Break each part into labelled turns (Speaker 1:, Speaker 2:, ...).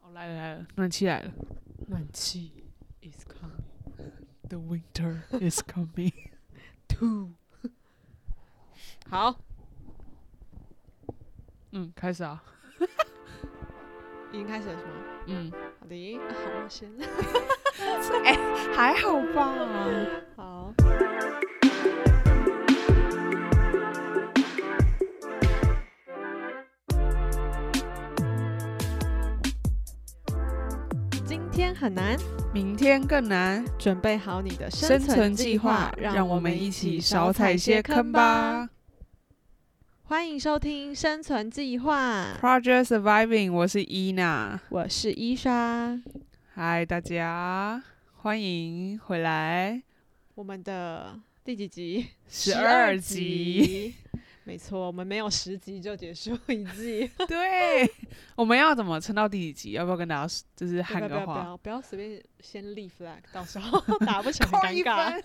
Speaker 1: 哦，来了来了，暖气来了，
Speaker 2: 暖气
Speaker 1: is coming, the winter is coming 。
Speaker 2: two，好，
Speaker 1: 嗯，开始啊，
Speaker 2: 已经开始了是吗？
Speaker 1: 嗯，
Speaker 2: 好的，啊好陌生。哎、还好
Speaker 1: 嗯
Speaker 2: 吧。好。今天很难，
Speaker 1: 明天更难，
Speaker 2: 准备好你的
Speaker 1: 生存
Speaker 2: 存
Speaker 1: 计
Speaker 2: 划
Speaker 1: 划，，让我们一起少踩些坑吧。。
Speaker 2: 欢迎收听《生存计划》，
Speaker 1: Project Surviving，我是伊娜，
Speaker 2: 我是伊莎。
Speaker 1: 嗨，大家欢迎回 来，
Speaker 2: 我们的第 几集？
Speaker 1: 十
Speaker 2: 12
Speaker 1: 二集，。
Speaker 2: 没错，我们没有十集就结束一 季。
Speaker 1: 对，我们要怎么撑到第几集？要不要跟大家就是
Speaker 2: 不要
Speaker 1: 喊
Speaker 2: 不要
Speaker 1: 个
Speaker 2: 不
Speaker 1: 话？
Speaker 2: 要不要随便先立 flag，到 时候打不起来很
Speaker 1: 扣
Speaker 2: 尴
Speaker 1: 一
Speaker 2: 尬。
Speaker 1: 分，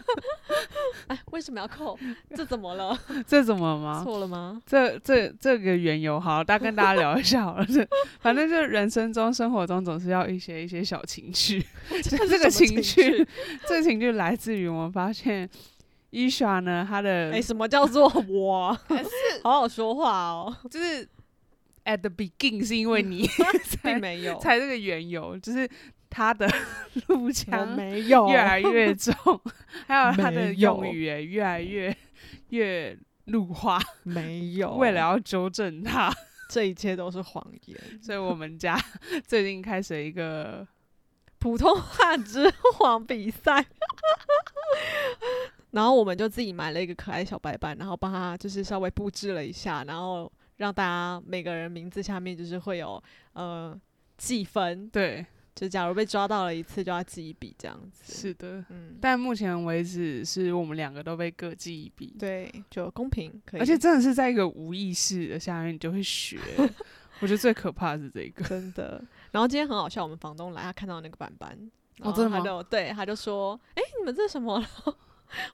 Speaker 2: 哎，为什么 要扣？这怎么了？
Speaker 1: 这怎么吗？
Speaker 2: 错了吗？
Speaker 1: 这这这个缘由，好，大家跟大家聊一下好了。 这反正就人生中、生活中总是要一些一些小情绪，
Speaker 2: 这
Speaker 1: 这
Speaker 2: 是
Speaker 1: 个
Speaker 2: 什么
Speaker 1: 情绪
Speaker 2: 绪，
Speaker 1: 这情绪来自于我们发现伊莎呢，她的、
Speaker 2: 哎，什么叫做我？ 好好说话哦，
Speaker 1: 就是 at the begin 是因为 你才
Speaker 2: 并没有，
Speaker 1: 才这个缘由，就是她 的路
Speaker 2: 我
Speaker 1: 腔
Speaker 2: 没有，
Speaker 1: 越来 越重，还有她的
Speaker 2: 没有
Speaker 1: 用语也越来 越越露化，
Speaker 2: 没有，
Speaker 1: 为了要纠正她。
Speaker 2: 这一切都是谎言。
Speaker 1: 所以我们家 最近开始了一个
Speaker 2: 普通话之王比赛。 然后我们就自己买了一个可爱小白板，然后帮他就是稍微布置了一下，然后让大家每个人名字下面就是会有呃记分，
Speaker 1: 对，
Speaker 2: 就假如被抓到了一次就要记一笔这样子。，
Speaker 1: 是的。
Speaker 2: 嗯，
Speaker 1: 但目前为止，是我们两个都被各记一笔，
Speaker 2: 对，就公平可以。
Speaker 1: 而且真的是在一个无意识的下面，你就会 学。我觉得最可怕的是这 个，
Speaker 2: 真的。然后今天很好笑，我们房东来，他看到那个板板，
Speaker 1: 哦
Speaker 2: 然后
Speaker 1: 真的
Speaker 2: 他
Speaker 1: 吗
Speaker 2: 就对，他就说：“哎、你们这是什么？”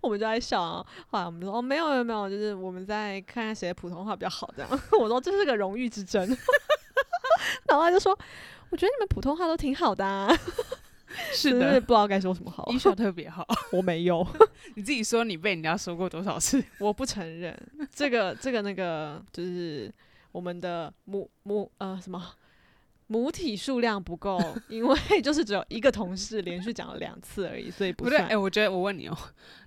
Speaker 2: 我们就在笑啊。后来我们就说：“哦，没有，没有，没有，就是我们在看看谁的普通话比较好。”这样， 我说这是个荣誉之争。 然后他就说：“我觉得你们普通话都挺好的、啊，
Speaker 1: 是
Speaker 2: 真是
Speaker 1: 的，
Speaker 2: 不知道该说什么好
Speaker 1: 医。校特别好。
Speaker 2: 我没有，
Speaker 1: 你自己说你被人家说过多少次？
Speaker 2: 我不承认这个这个那个，就是我们的母母呃什么母体数量不够，因 为就是只有一个同事连续讲了两次而已，所以
Speaker 1: 不对，
Speaker 2: 算。
Speaker 1: 哎、我觉得我问你哦，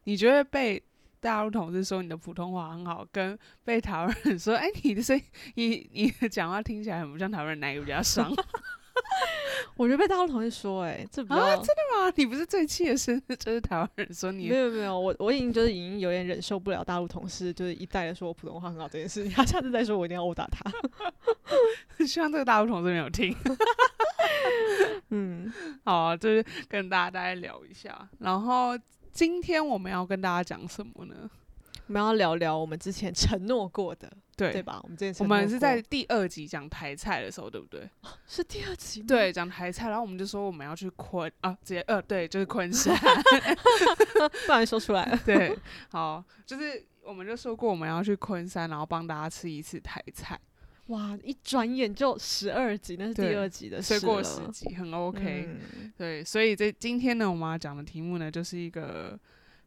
Speaker 1: 你觉得被大陆同事说你的普通话很好，跟被台湾人说，哎、你的声音，你你的讲话听起来很不像台湾人，哪一个比较伤
Speaker 2: 我觉得被大陆同事说、哎，这比较、
Speaker 1: 啊啊？你不是最气的是，就是台湾人说你
Speaker 2: 没有没有，我我已经就是已经有点忍受不了大陆同事就是一再的说我普通话很好这件事情，他下次再说我一定要殴打 他。
Speaker 1: 希望这个大陆同事没有听。
Speaker 2: 嗯，
Speaker 1: 好啊、就是跟大家大概聊一下。然后今天我们要跟大家讲什么呢？
Speaker 2: 我们要聊聊我们之前承诺过的，
Speaker 1: 对，
Speaker 2: 对吧？我们之前
Speaker 1: 我
Speaker 2: 承
Speaker 1: 们
Speaker 2: 诺
Speaker 1: 是
Speaker 2: 过嗯
Speaker 1: 在第二集讲台菜的时候，对不对？
Speaker 2: 是第二集吗？
Speaker 1: 对，讲台菜，然后我们就说我们要去昆啊，直接呃，对，就是昆 山。
Speaker 2: 不然说出来了。
Speaker 1: 对，好，就是我们就说过我们要去昆山，然后帮大家吃一次台菜，
Speaker 2: 哇，一转眼就十二集，那是第
Speaker 1: 对
Speaker 2: 二集的
Speaker 1: 所
Speaker 2: 事
Speaker 1: 以过
Speaker 2: 了
Speaker 1: 十集很 OK、
Speaker 2: 嗯
Speaker 1: 对，所以这今天呢，我们要讲的题目呢，就是一个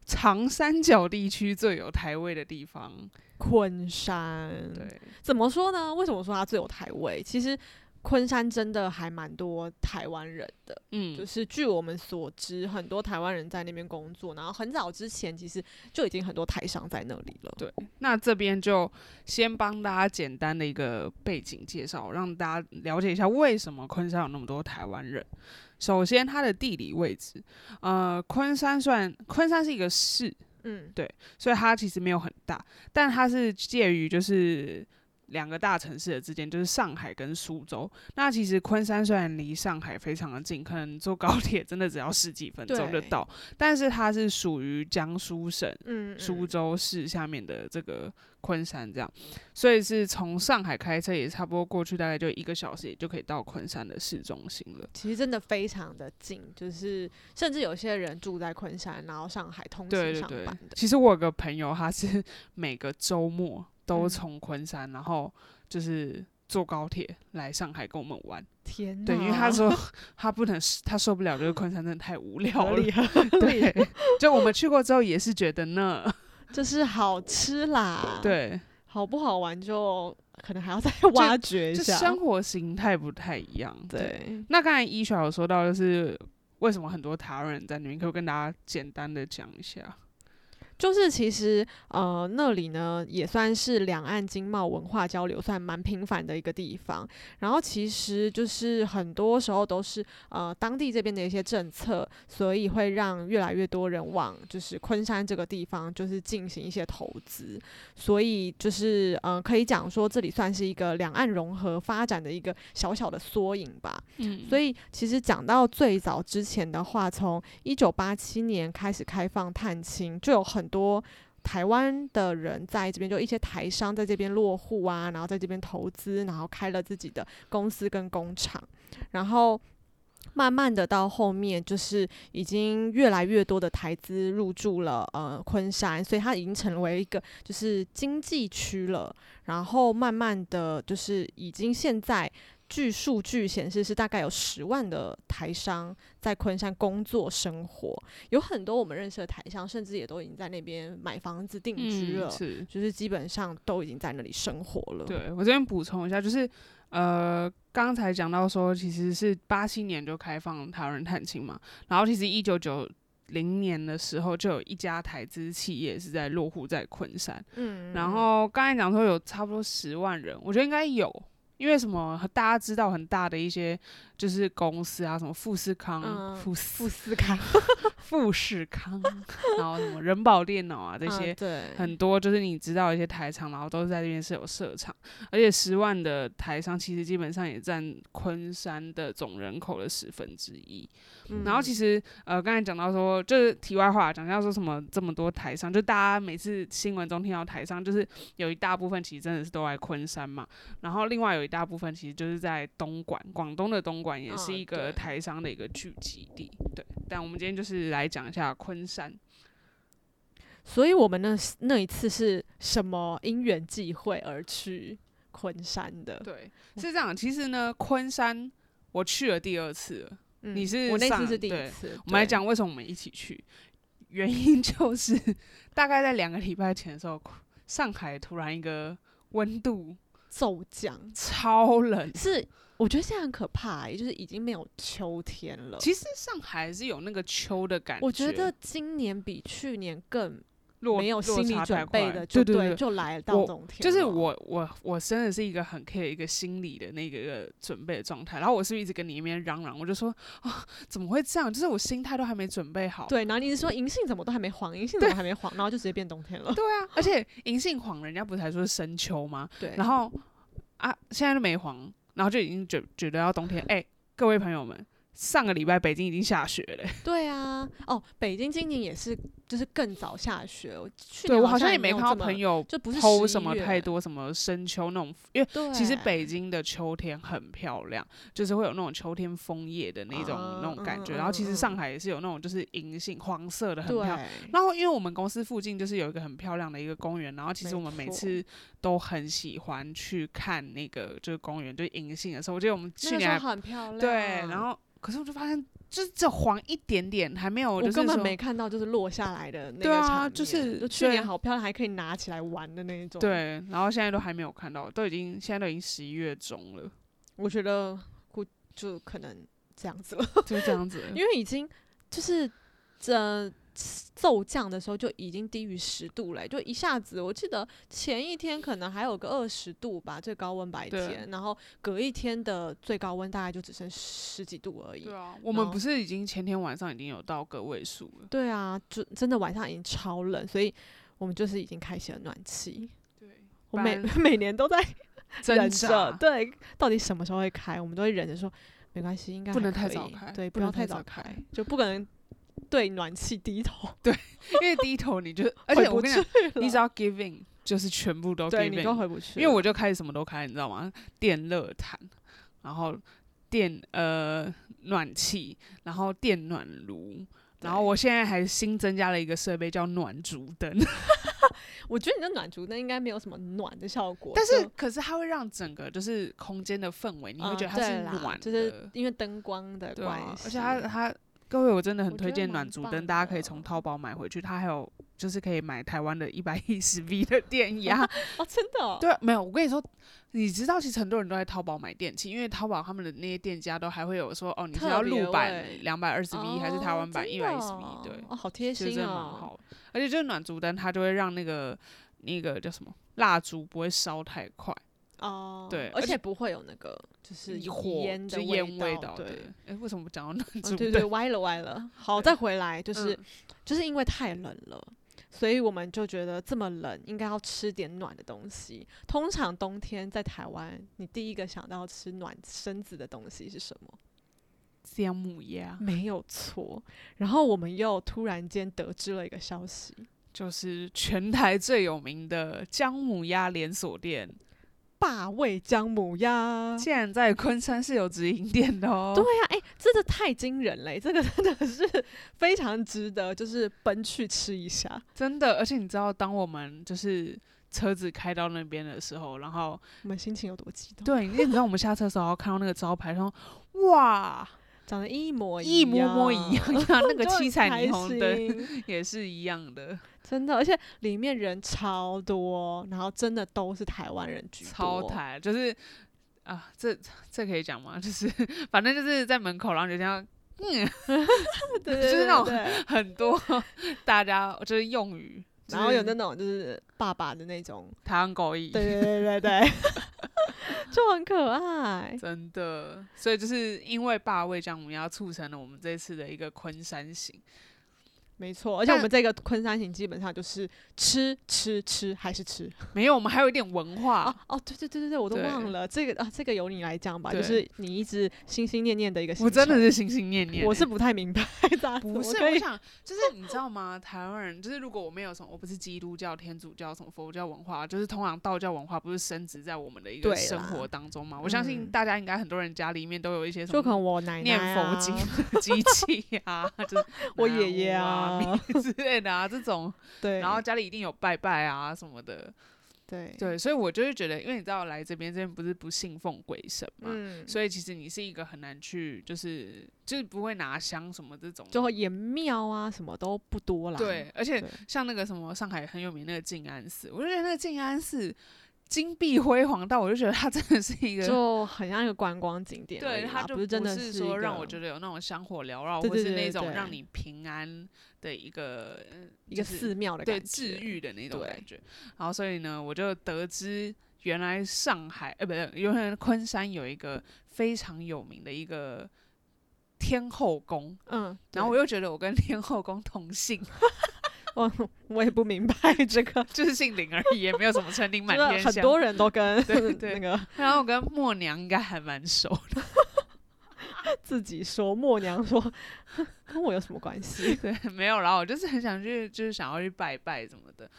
Speaker 1: 长三角地区最有台味的地方。
Speaker 2: 昆山，
Speaker 1: 对，
Speaker 2: 怎么说呢？为什么说它最有台味？其实昆山真的还蛮多台湾人的，
Speaker 1: 嗯，
Speaker 2: 就是据我们所知，很多台湾人在那边工作，然后很早之前其实就已经很多台商在那里了。
Speaker 1: 对那这边就先帮大家简单的一个背景介绍，让大家了解一下为什么昆山有那么多台湾人。首先，它的地理位置，呃，昆山算昆山是一个市，
Speaker 2: 嗯，
Speaker 1: 所以它其实没有很大，但它是介于就是两个大城市的之间，就是上海跟苏州。那其实昆山虽然离上海非常的近，可能坐高铁真的只要十几分钟就
Speaker 2: 对
Speaker 1: 到，但是它是属于江苏省
Speaker 2: 嗯，嗯
Speaker 1: 苏州市下面的这个昆山这样，所以是从上海开车也差不多过去大概就一个小时，也就可以到昆山的市中心了。
Speaker 2: 其实真的非常的近，就是甚至有些人住在昆山，然后上海通
Speaker 1: 对对
Speaker 2: 勤嗯上
Speaker 1: 对
Speaker 2: 班的，。
Speaker 1: 其实我有个 朋友，他是每个周末都
Speaker 2: 嗯
Speaker 1: 从昆山，然后就是。坐高铁来上海跟我们玩。
Speaker 2: 天
Speaker 1: 对，因为
Speaker 2: 哪
Speaker 1: 他说 他不能，他受不了这个昆山，真的太无聊
Speaker 2: 合
Speaker 1: 了
Speaker 2: 理。
Speaker 1: 对，就我们去过之后也是觉得呢，
Speaker 2: 就是好吃啦，，
Speaker 1: 对，
Speaker 2: 好不好玩就可能还要再挖掘一
Speaker 1: 就
Speaker 2: 下，
Speaker 1: 生活形态不太一样。
Speaker 2: 对，
Speaker 1: 那刚才一小有说到，就是为什么很多台湾人在那边，可不可以跟大家简单的讲一下？
Speaker 2: 就是其实呃那里呢也算是两岸经贸文化交流算蛮频繁的一个地方。然后其实就是很多时候都是呃当地这边的一些政策，所以会让越来越多人往就是昆山这个地方就是进行一些投资。所以就是呃可以讲说这里算是一个两岸融合发展的一个小小的缩影吧。
Speaker 1: 嗯
Speaker 2: 所
Speaker 1: 以
Speaker 2: 以其实讲到最早之前的话，从一九八七年开始开放探亲，就有很多。台湾的人在这边，就一些台商在这边落户啊，然后在这边投资，然后开了自己的公司跟工厂，然后慢慢的到后面，就是已经越来越多的台资入驻了呃昆山，所以它已经成为一个就是经济区了。然后慢慢的就是已经现在据数据显示是大概有十万的台商在昆山工作生活，有很多我们认识的台商，甚至也都已经在那边买房子定居了，哦
Speaker 1: 嗯、是
Speaker 2: 就是基本上都已经在那里生活了。
Speaker 1: 对我这边补充一下，就是呃，刚才讲到说，其实是八七年就开放台湾人探亲嘛，然后其实一九九零年的时候，就有一家台资企业是在落户在昆山，
Speaker 2: 嗯，
Speaker 1: 然后刚才讲说有差不多十万人，我觉得应该有。因为什么？大家知道很大的一些就是公司啊，什么富士康、
Speaker 2: 嗯
Speaker 1: 富士
Speaker 2: 富斯卡
Speaker 1: 富士康，然后什么人保电脑啊这些，
Speaker 2: 嗯对，
Speaker 1: 很多就是你知道一些台厂，然后都是在这边是有设厂，而且十万的台商其实基本上也占昆山的总人口的十分之一。然后其
Speaker 2: 实
Speaker 1: 实呃，刚才讲到说，就是题外话讲到说什么这么多台商，就大家每次新闻中听到台商，就是有一大部分其实真的是都在昆山嘛，然后另外有一大部分其实就是在东莞，广东的东莞也是
Speaker 2: 嗯
Speaker 1: 一个
Speaker 2: 对
Speaker 1: 台商的一个聚集地。对，但我们今天就是来讲一下昆山。
Speaker 2: 所以我们那那一次是什么因缘际会而去昆山的？
Speaker 1: 对，是这样。其实呢，昆山我去了第二次了。
Speaker 2: 嗯
Speaker 1: 你是
Speaker 2: 我那
Speaker 1: 上
Speaker 2: 次是第
Speaker 1: 对
Speaker 2: 一次，
Speaker 1: 我们来
Speaker 2: 对
Speaker 1: 讲为什么我们一起去，原因 就是大概在两个礼拜前的时候，上海突然一个温度
Speaker 2: 骤降，
Speaker 1: 超冷。
Speaker 2: 是我觉得现在很可怕、欸，就是已经没有秋天了。
Speaker 1: 其实上海是有那个秋的感
Speaker 2: 我觉得今年比去年更
Speaker 1: 落
Speaker 2: 没有
Speaker 1: 落
Speaker 2: 心理
Speaker 1: 差太
Speaker 2: 准备
Speaker 1: 快
Speaker 2: 的，就
Speaker 1: 对对，
Speaker 2: 就来到
Speaker 1: 我
Speaker 2: 这种天了，
Speaker 1: 就是我我我真的是一个很 care 一个心理的那个准备的状态，然后我是不是一直跟你一边嚷嚷，我就说啊怎么会这样？就是我心态都还没准备好，
Speaker 2: 对，然后你是说银杏怎么都还没黄，银杏怎么还没黄，然后就直接变冬天了。
Speaker 1: 对啊，而且银杏黄人家不是还说是深秋吗？
Speaker 2: 对，
Speaker 1: 然后啊，现在都没黄，然后就已经觉觉得要冬天。哎、各位朋友们，上个礼拜北京已经下雪了、
Speaker 2: 对啊，哦，北京今年也是就是更早下雪，我去
Speaker 1: 对
Speaker 2: 年
Speaker 1: 我好像
Speaker 2: 也
Speaker 1: 也没
Speaker 2: 有
Speaker 1: 看
Speaker 2: 这
Speaker 1: 到
Speaker 2: 么
Speaker 1: 朋友
Speaker 2: 就不是
Speaker 1: 剖
Speaker 2: 11
Speaker 1: 什么
Speaker 2: 月
Speaker 1: 太，多什么深秋那种，因为
Speaker 2: 对，
Speaker 1: 其实北京的秋天很漂亮，就是会有那种秋天枫叶的那种、
Speaker 2: 啊
Speaker 1: 那种感觉。
Speaker 2: 嗯
Speaker 1: 然后其实
Speaker 2: 嗯
Speaker 1: 上海也是有那种就是银杏黄色的很漂亮。
Speaker 2: 对，
Speaker 1: 然后，因为我们公司附近就是有一个很漂亮的一个公园，然后其实
Speaker 2: 没
Speaker 1: 我们每
Speaker 2: 错
Speaker 1: 次都很喜欢去看那个就是公园，就是银杏的时候，我记得我们
Speaker 2: 那
Speaker 1: 去
Speaker 2: 个
Speaker 1: 年
Speaker 2: 时
Speaker 1: 还
Speaker 2: 候很漂亮，
Speaker 1: 对，然后可是我就发现就是只有黄一点点，还没有，
Speaker 2: 我
Speaker 1: 就是
Speaker 2: 根本
Speaker 1: 说
Speaker 2: 没看到就是落下来的那个
Speaker 1: 对啊
Speaker 2: 场面
Speaker 1: 就是
Speaker 2: 就去
Speaker 1: 对
Speaker 2: 年好漂亮，还可以拿起来玩的那一种。，
Speaker 1: 对，然后现在都还没有看到，都已经现在都已经十一月中 了，
Speaker 2: 我觉得估就可能这样子了，
Speaker 1: 就这样子了。
Speaker 2: 因为已经就是这骤降的时候就已经低于十度了、就一下子我记得前一天可能还有个二十度吧，最高温白
Speaker 1: 对
Speaker 2: 天，然后隔一天的最高温大概就只剩十几度而已
Speaker 1: 对。啊，我们
Speaker 2: 后
Speaker 1: 不是已经前天晚上已经有到个位数了？
Speaker 2: 对啊，就真的晚上已经超冷，所以我们就是已经开启了暖气。
Speaker 1: 对，
Speaker 2: 我每
Speaker 1: 搬
Speaker 2: 每年都在
Speaker 1: 真
Speaker 2: 忍着，
Speaker 1: 的。
Speaker 2: 对，到底什么时候会开，我们都会忍着说，没关系，应该
Speaker 1: 不
Speaker 2: 还
Speaker 1: 能太
Speaker 2: 可
Speaker 1: 早
Speaker 2: 以
Speaker 1: 开
Speaker 2: 对，
Speaker 1: 不
Speaker 2: 不要
Speaker 1: 能太
Speaker 2: 太
Speaker 1: 早
Speaker 2: 早开
Speaker 1: 开，
Speaker 2: 就不可能对暖气低头，
Speaker 1: 因为低头你 就，而
Speaker 2: 回
Speaker 1: 且我
Speaker 2: 不
Speaker 1: 跟你讲，
Speaker 2: 去
Speaker 1: 你
Speaker 2: 了
Speaker 1: 只要 giving，就是全部都
Speaker 2: 对你
Speaker 1: giving，
Speaker 2: 都回不去
Speaker 1: 因
Speaker 2: 了，
Speaker 1: 为我就开始什么都开，你知道吗？电热毯，然后电呃暖气，然后电暖炉，然后我现在还新增加了一个设备叫暖烛灯，
Speaker 2: 我觉得你的暖烛灯应该没有什么暖的效果，
Speaker 1: 但是
Speaker 2: 就
Speaker 1: 可是它会让整个就是空间的氛围，你会
Speaker 2: 嗯
Speaker 1: 觉得它是
Speaker 2: 对啦
Speaker 1: 暖的，
Speaker 2: 就是因为灯光的
Speaker 1: 对
Speaker 2: 关
Speaker 1: 啊，
Speaker 2: 系，
Speaker 1: 而且它它各位我真的很
Speaker 2: 我
Speaker 1: 推
Speaker 2: 觉得
Speaker 1: 荐
Speaker 2: 蛮
Speaker 1: 暖烛
Speaker 2: 棒
Speaker 1: 灯，大家可以
Speaker 2: 的
Speaker 1: 从淘宝买回去，它还有就是可以买台湾的一百一十 V 的电压，
Speaker 2: 哦，真的、哦，
Speaker 1: 对，没有，我跟你说，你知道，其实很多人都在淘宝买电器，因为淘宝他们的那些店家都还会有说，哦，你是
Speaker 2: 特
Speaker 1: 要
Speaker 2: 别
Speaker 1: 陆版
Speaker 2: 为
Speaker 1: 两百二十 V 还是台湾版一
Speaker 2: 一
Speaker 1: 百
Speaker 2: 百
Speaker 1: 一
Speaker 2: 一
Speaker 1: 十
Speaker 2: 十
Speaker 1: V？对，
Speaker 2: 哦哦，好贴
Speaker 1: 其实
Speaker 2: 心
Speaker 1: 真的蛮
Speaker 2: 哦。
Speaker 1: 好的。而且就是暖烛灯，它就会让那个那个叫什么蜡烛不会烧太快，
Speaker 2: 哦，
Speaker 1: 对
Speaker 2: 而
Speaker 1: 而且
Speaker 2: 且不会有那个就是
Speaker 1: 火
Speaker 2: 烟
Speaker 1: 就
Speaker 2: 的
Speaker 1: 烟
Speaker 2: 味
Speaker 1: 道。
Speaker 2: 对，
Speaker 1: 对，哎，为什么讲到暖
Speaker 2: 嗯
Speaker 1: 烛
Speaker 2: 对嗯对，
Speaker 1: 灯？
Speaker 2: 歪了歪了。好，
Speaker 1: 对
Speaker 2: 再回来，就是、就是因为太冷了，所以我们就觉得这么冷，应该要吃点暖的东西。通常冬天在台湾，你第一个想到吃暖身子的东西是什么？
Speaker 1: 姜母鸭
Speaker 2: 没有错。然后我们又突然间得知了一个消息，
Speaker 1: 就是全台最有名的姜母鸭连锁店，
Speaker 2: 霸味姜母鸭。
Speaker 1: 竟然在昆山是有直营店的哦。
Speaker 2: 对呀、哎、这个太惊人了、哎这个真的是 非常值得，就是奔去吃一下。
Speaker 1: 真的，而且你知道，当我们就是车子开到那边的时候，然 后
Speaker 2: 我们心情有多激动？
Speaker 1: 对，因为你知道我们下车的时候看到那个招牌，然后哇，
Speaker 2: 长得一模
Speaker 1: 一模模一
Speaker 2: 样，
Speaker 1: 样， 像那
Speaker 2: 那
Speaker 1: 个七彩霓虹灯 也是一样的，
Speaker 2: 真的，而且里面人超多，然后真的都是台湾人居多，
Speaker 1: 超台，就是啊，这这可以讲吗？就是 反正就是在门口，然后就这样。嗯，
Speaker 2: 对，对
Speaker 1: 就是那种
Speaker 2: 对对
Speaker 1: 很多大家就是用语，
Speaker 2: 然后有
Speaker 1: 就
Speaker 2: 那
Speaker 1: 是
Speaker 2: 种就是爸爸的那种，
Speaker 1: 台湾狗语，
Speaker 2: 对对对对对， 就很可爱。
Speaker 1: 真的，所以就是因为霸味姜母鸭促成了我们这次的一个昆山行。
Speaker 2: 没错，而且我们这个昆山行基本上就是吃吃吃还是吃
Speaker 1: 没有，我们还有一点文化，
Speaker 2: 啊哦，对对对对对，我都
Speaker 1: 对
Speaker 2: 忘了这个啊，这个由你来讲吧，
Speaker 1: 对
Speaker 2: 就是你一直心心念念的一个行程，
Speaker 1: 我真的是心心念念欸、
Speaker 2: 我是不太明白，咋
Speaker 1: 不是
Speaker 2: 怎么可
Speaker 1: 我
Speaker 2: 以
Speaker 1: 想，就是你知道吗？台湾人就是如果我没有什么，我不是基督教、天主教什么佛教文化，就是通常道教文化不是深植在我们的一个
Speaker 2: 对啦
Speaker 1: 生活当中吗？我相信
Speaker 2: 嗯
Speaker 1: 大家应该很多人家里面都有一些什
Speaker 2: 就可
Speaker 1: 么
Speaker 2: 能我奶奶、啊
Speaker 1: 念佛经、 的机器啊， 就是
Speaker 2: 我
Speaker 1: 南
Speaker 2: 爷爷
Speaker 1: 无啊
Speaker 2: 啊
Speaker 1: 弥 之类的啊这种，
Speaker 2: 对，
Speaker 1: 然后家里一定有拜拜啊什么的。
Speaker 2: 对
Speaker 1: 对，所以我就是觉得，因为你知道来这边，这边不是不信奉鬼神嘛，
Speaker 2: 嗯，
Speaker 1: 所以其实你是一个很难去，就是就是不会拿香什么这种。
Speaker 2: 就颜庙啊什么都不多啦。
Speaker 1: 对，，而且
Speaker 2: 对
Speaker 1: 像那个什么上海很有名那个静安寺，我就觉得那个静安寺金碧辉煌到，我就觉得它真的是一个。
Speaker 2: 就很像一个观光景点而已
Speaker 1: 对，
Speaker 2: 啦。
Speaker 1: 它就
Speaker 2: 不是真的
Speaker 1: 是
Speaker 2: 一
Speaker 1: 说让
Speaker 2: 个
Speaker 1: 我觉得有那种香火缭绕，
Speaker 2: 对对
Speaker 1: 或
Speaker 2: 对
Speaker 1: 是那
Speaker 2: 对
Speaker 1: 种
Speaker 2: 对
Speaker 1: 让你平安的一个嗯
Speaker 2: 一个
Speaker 1: 就是
Speaker 2: 寺庙的
Speaker 1: 对
Speaker 2: 感
Speaker 1: 治
Speaker 2: 觉。
Speaker 1: 愈的那种
Speaker 2: 对
Speaker 1: 感觉。然后所以呢，我就得知原来上海呃，不是原来昆山有一个非常有名的一个天后宫，
Speaker 2: 嗯，
Speaker 1: 然后我
Speaker 2: 对
Speaker 1: 又觉得我跟天后宫同姓，
Speaker 2: 我我也不明白这个，
Speaker 1: 就是姓林而已，也没有什么 成林
Speaker 2: 觉
Speaker 1: 满
Speaker 2: 得
Speaker 1: 天下。
Speaker 2: 很多人都跟
Speaker 1: 对对
Speaker 2: 那个
Speaker 1: 然后我跟默娘应该还蛮熟的，
Speaker 2: 自己说默娘说 跟我有什么关系？
Speaker 1: 对，没有。然后我就是很想去，就是想要去拜拜什么的。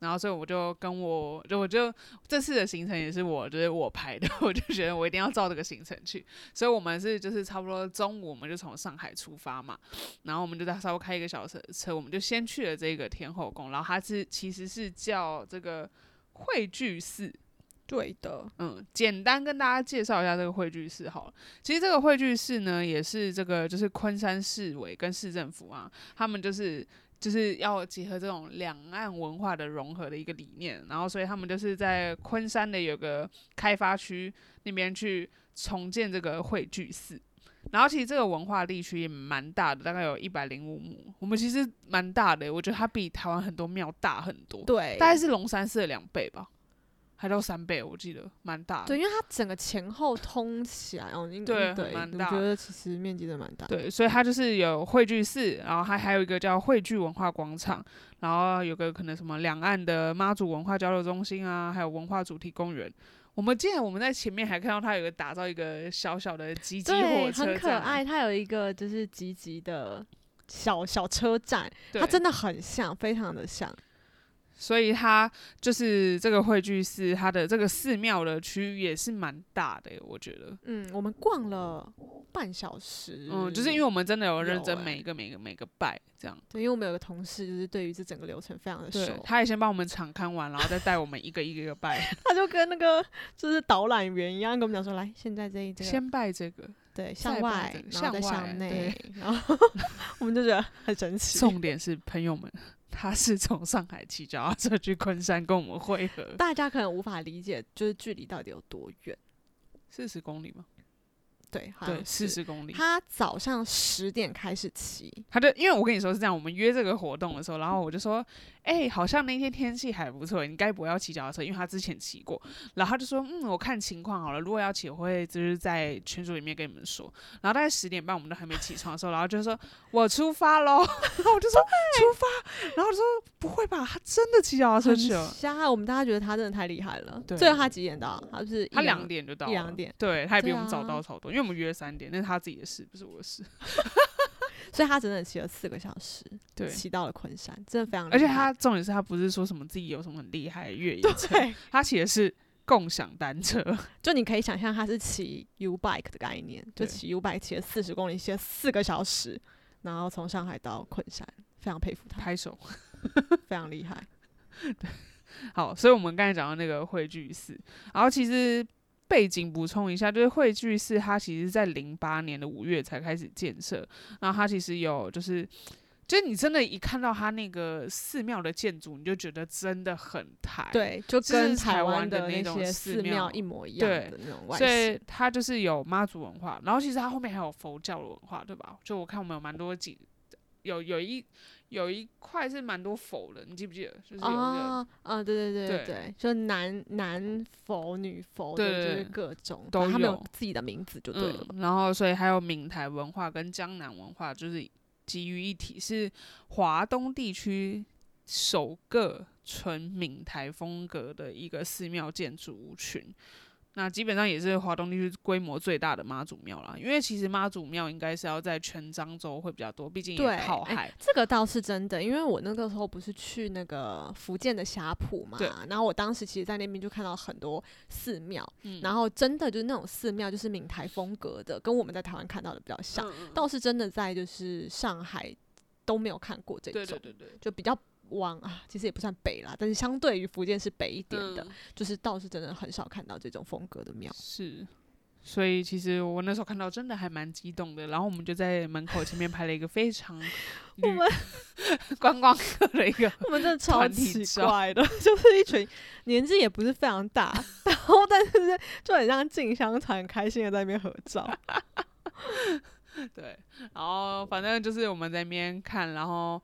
Speaker 1: 然后，所以我就跟我，就我就这次的行程也是我，就是我排的， 我就觉得我一定要照这个行程去。所以我们是就是差不多中午我们就从上海出发嘛，然后我们就在稍微开一个小时的车，我们就先去了这个天后宫，然后它是其实是叫这个汇聚寺，
Speaker 2: 对的，
Speaker 1: 嗯，简单跟大家介绍一下这个汇聚寺好了。其实这个汇聚寺呢，也是这个就是昆山市委跟市政府啊，他们就是就是要结合这种两岸文化的融合的一个理念，然后所以他们就是在昆山的有个开发区那边去重建这个汇聚寺。然后其实这个文化地区也蛮大的，大概有一百零五亩。我们其实蛮大的，我觉得它比台湾很多庙大很多。
Speaker 2: 对，
Speaker 1: 大概是龙山寺的两倍吧，还到三倍，我记得蛮大的
Speaker 2: 对，。因为它整个前后通起来哦，应
Speaker 1: 对
Speaker 2: 对，
Speaker 1: 蛮
Speaker 2: 我
Speaker 1: 大
Speaker 2: 觉得其实面积真的蛮大。
Speaker 1: 对，所以它就是有汇聚寺，然后它还有一个叫汇聚文化广场，然后有个可能什么两岸的妈祖文化交流中心啊，还有文化主题公园。我们记得我们在前面还看到它有个打造一个小小的吉吉
Speaker 2: 对，
Speaker 1: 火车
Speaker 2: 很可
Speaker 1: 站
Speaker 2: 爱。，它有一个就是集集的小小车站，它
Speaker 1: 对
Speaker 2: 真的很像，非常的像。
Speaker 1: 所以它就是这个汇聚寺，它的这个寺庙的区域也是蛮大的耶，我觉得。
Speaker 2: 嗯，我们逛了半小时。
Speaker 1: 嗯，就是因为我们真的有认
Speaker 2: 有
Speaker 1: 真
Speaker 2: 欸
Speaker 1: 每一个每一个每一个拜这样。
Speaker 2: 对，因为我们有个同事，就是对于这整个流程非常的
Speaker 1: 对
Speaker 2: 熟，，
Speaker 1: 他也先帮我们场看完，然后再带我们一个一个一个拜，
Speaker 2: 他就跟那个就是导览员一样，跟我们讲说，来，现在这一这 个
Speaker 1: 先拜这个。
Speaker 2: 对
Speaker 1: 再
Speaker 2: 向
Speaker 1: 把
Speaker 2: 外
Speaker 1: 这个，
Speaker 2: 然后再
Speaker 1: 向外
Speaker 2: 向内，然后 我们就觉得很神奇。
Speaker 1: 重点是朋友们，他是从上海骑脚踏车去昆山跟我们会合，
Speaker 2: 大家可能无法理解，就是距离到底有多远？
Speaker 1: 四十公里吗？
Speaker 2: 对，好
Speaker 1: 对，
Speaker 2: 像
Speaker 1: 四
Speaker 2: 是。
Speaker 1: 十公里。
Speaker 2: 他早上十点开始骑，
Speaker 1: 他就因为我跟你说是这样，我们约这个活动的时候，然后我就说，哎、好像那天天气还不错，你该不会要骑脚踏车？因为他之前骑过，然后他就说，嗯，我看情况好了，如果要骑，我会就是在群组里面跟你们说。然后大概十点半，我们都还没起床的时候，然后就说我出发喽， 然后我就说出发，然后就说不会吧，他 真的骑脚踏车
Speaker 2: 很
Speaker 1: 去了。
Speaker 2: 瞎。我们大家觉得他真的太厉害了。
Speaker 1: 对
Speaker 2: 最后他几点到？啊他就是一
Speaker 1: 他
Speaker 2: 两
Speaker 1: 两点就到了，
Speaker 2: 一两点
Speaker 1: 对，他也比
Speaker 2: 对
Speaker 1: 我们早
Speaker 2: 啊
Speaker 1: 到超多，因为我们约三点，那是他自己的事，不是我的事。
Speaker 2: 所以他整整骑了四个小时，
Speaker 1: 对，
Speaker 2: 骑到了昆山，真的非常厉害。
Speaker 1: 而且他重点是他不是说什么自己有什么很厉害的越野 车，
Speaker 2: 对，
Speaker 1: 他骑的是共享单车，
Speaker 2: 就你可以想象他是骑 U bike 的概念，就
Speaker 1: 对
Speaker 2: 骑 U bike 骑了四十公里，骑了四个小时，然后从上海到昆山，非常佩服他，
Speaker 1: 拍手。
Speaker 2: 非常厉害。
Speaker 1: 好，所以我们刚才讲到那个汇聚寺，然后其实背景补充一下，就是汇聚寺它其实在零八年的五月才开始建设，然后它其实有就是。就是你真的，一看到它那个寺庙的建筑，你就觉得真的很台。
Speaker 2: 对，就
Speaker 1: 这是
Speaker 2: 跟
Speaker 1: 台
Speaker 2: 台
Speaker 1: 湾
Speaker 2: 湾
Speaker 1: 的
Speaker 2: 的
Speaker 1: 那
Speaker 2: 那
Speaker 1: 种
Speaker 2: 些
Speaker 1: 寺
Speaker 2: 寺
Speaker 1: 庙
Speaker 2: 庙一模一样
Speaker 1: 对
Speaker 2: 的那种外
Speaker 1: 所以
Speaker 2: 形。
Speaker 1: 它就是有妈祖文化，然后其实它后面还有佛教的文化，对吧？就我看我们有蛮多几，有有一有一块是蛮多佛的，你记不记得？就是有那个
Speaker 2: 啊啊，对对对
Speaker 1: 对
Speaker 2: 对，就男男佛、女佛
Speaker 1: 对
Speaker 2: 的，就
Speaker 1: 对对
Speaker 2: 是各种，
Speaker 1: 都
Speaker 2: 反正他们
Speaker 1: 有
Speaker 2: 有自己的名字就对了。
Speaker 1: 嗯，然后所以还有闽台文化跟江南文化，就是集于一体，是华东地区首个纯闽台风格的一个寺庙建筑群。那基本上也是华东地区规模最大的妈祖庙啦，因为其实妈祖庙应该是要在全漳州会比较多，毕竟也
Speaker 2: 对
Speaker 1: 靠
Speaker 2: 哎
Speaker 1: 海。
Speaker 2: 这个倒是真的，因为我那个时候不是去那个福建的霞浦嘛
Speaker 1: 对，
Speaker 2: 然后我当时其实，在那边就看到很多寺庙，
Speaker 1: 嗯
Speaker 2: 然后真的就是那种寺庙，就是闽台风格的，跟我们在台湾看到的比较像，
Speaker 1: 嗯嗯
Speaker 2: 倒是真的在就是上海都没有看过这
Speaker 1: 对
Speaker 2: 种，
Speaker 1: 对对对，
Speaker 2: 就比较往啊，其实也不算北啦，但是相对于福建是北一点的，
Speaker 1: 嗯
Speaker 2: 就是倒是真的很少看到这种风格的庙。
Speaker 1: 是。所以其实我那时候看到真的还蛮激动的，然后我们就在门口前面拍了一个非 常
Speaker 2: 我
Speaker 1: 旅
Speaker 2: 们
Speaker 1: 观光客的一个
Speaker 2: 我们真 的超
Speaker 1: 团体
Speaker 2: 奇
Speaker 1: 照
Speaker 2: 怪的， 就是一群年纪也不是非常大， 然后但是就很像进香团，很开心的在那边合照。
Speaker 1: 对，然后反正就是我们在那边看，然后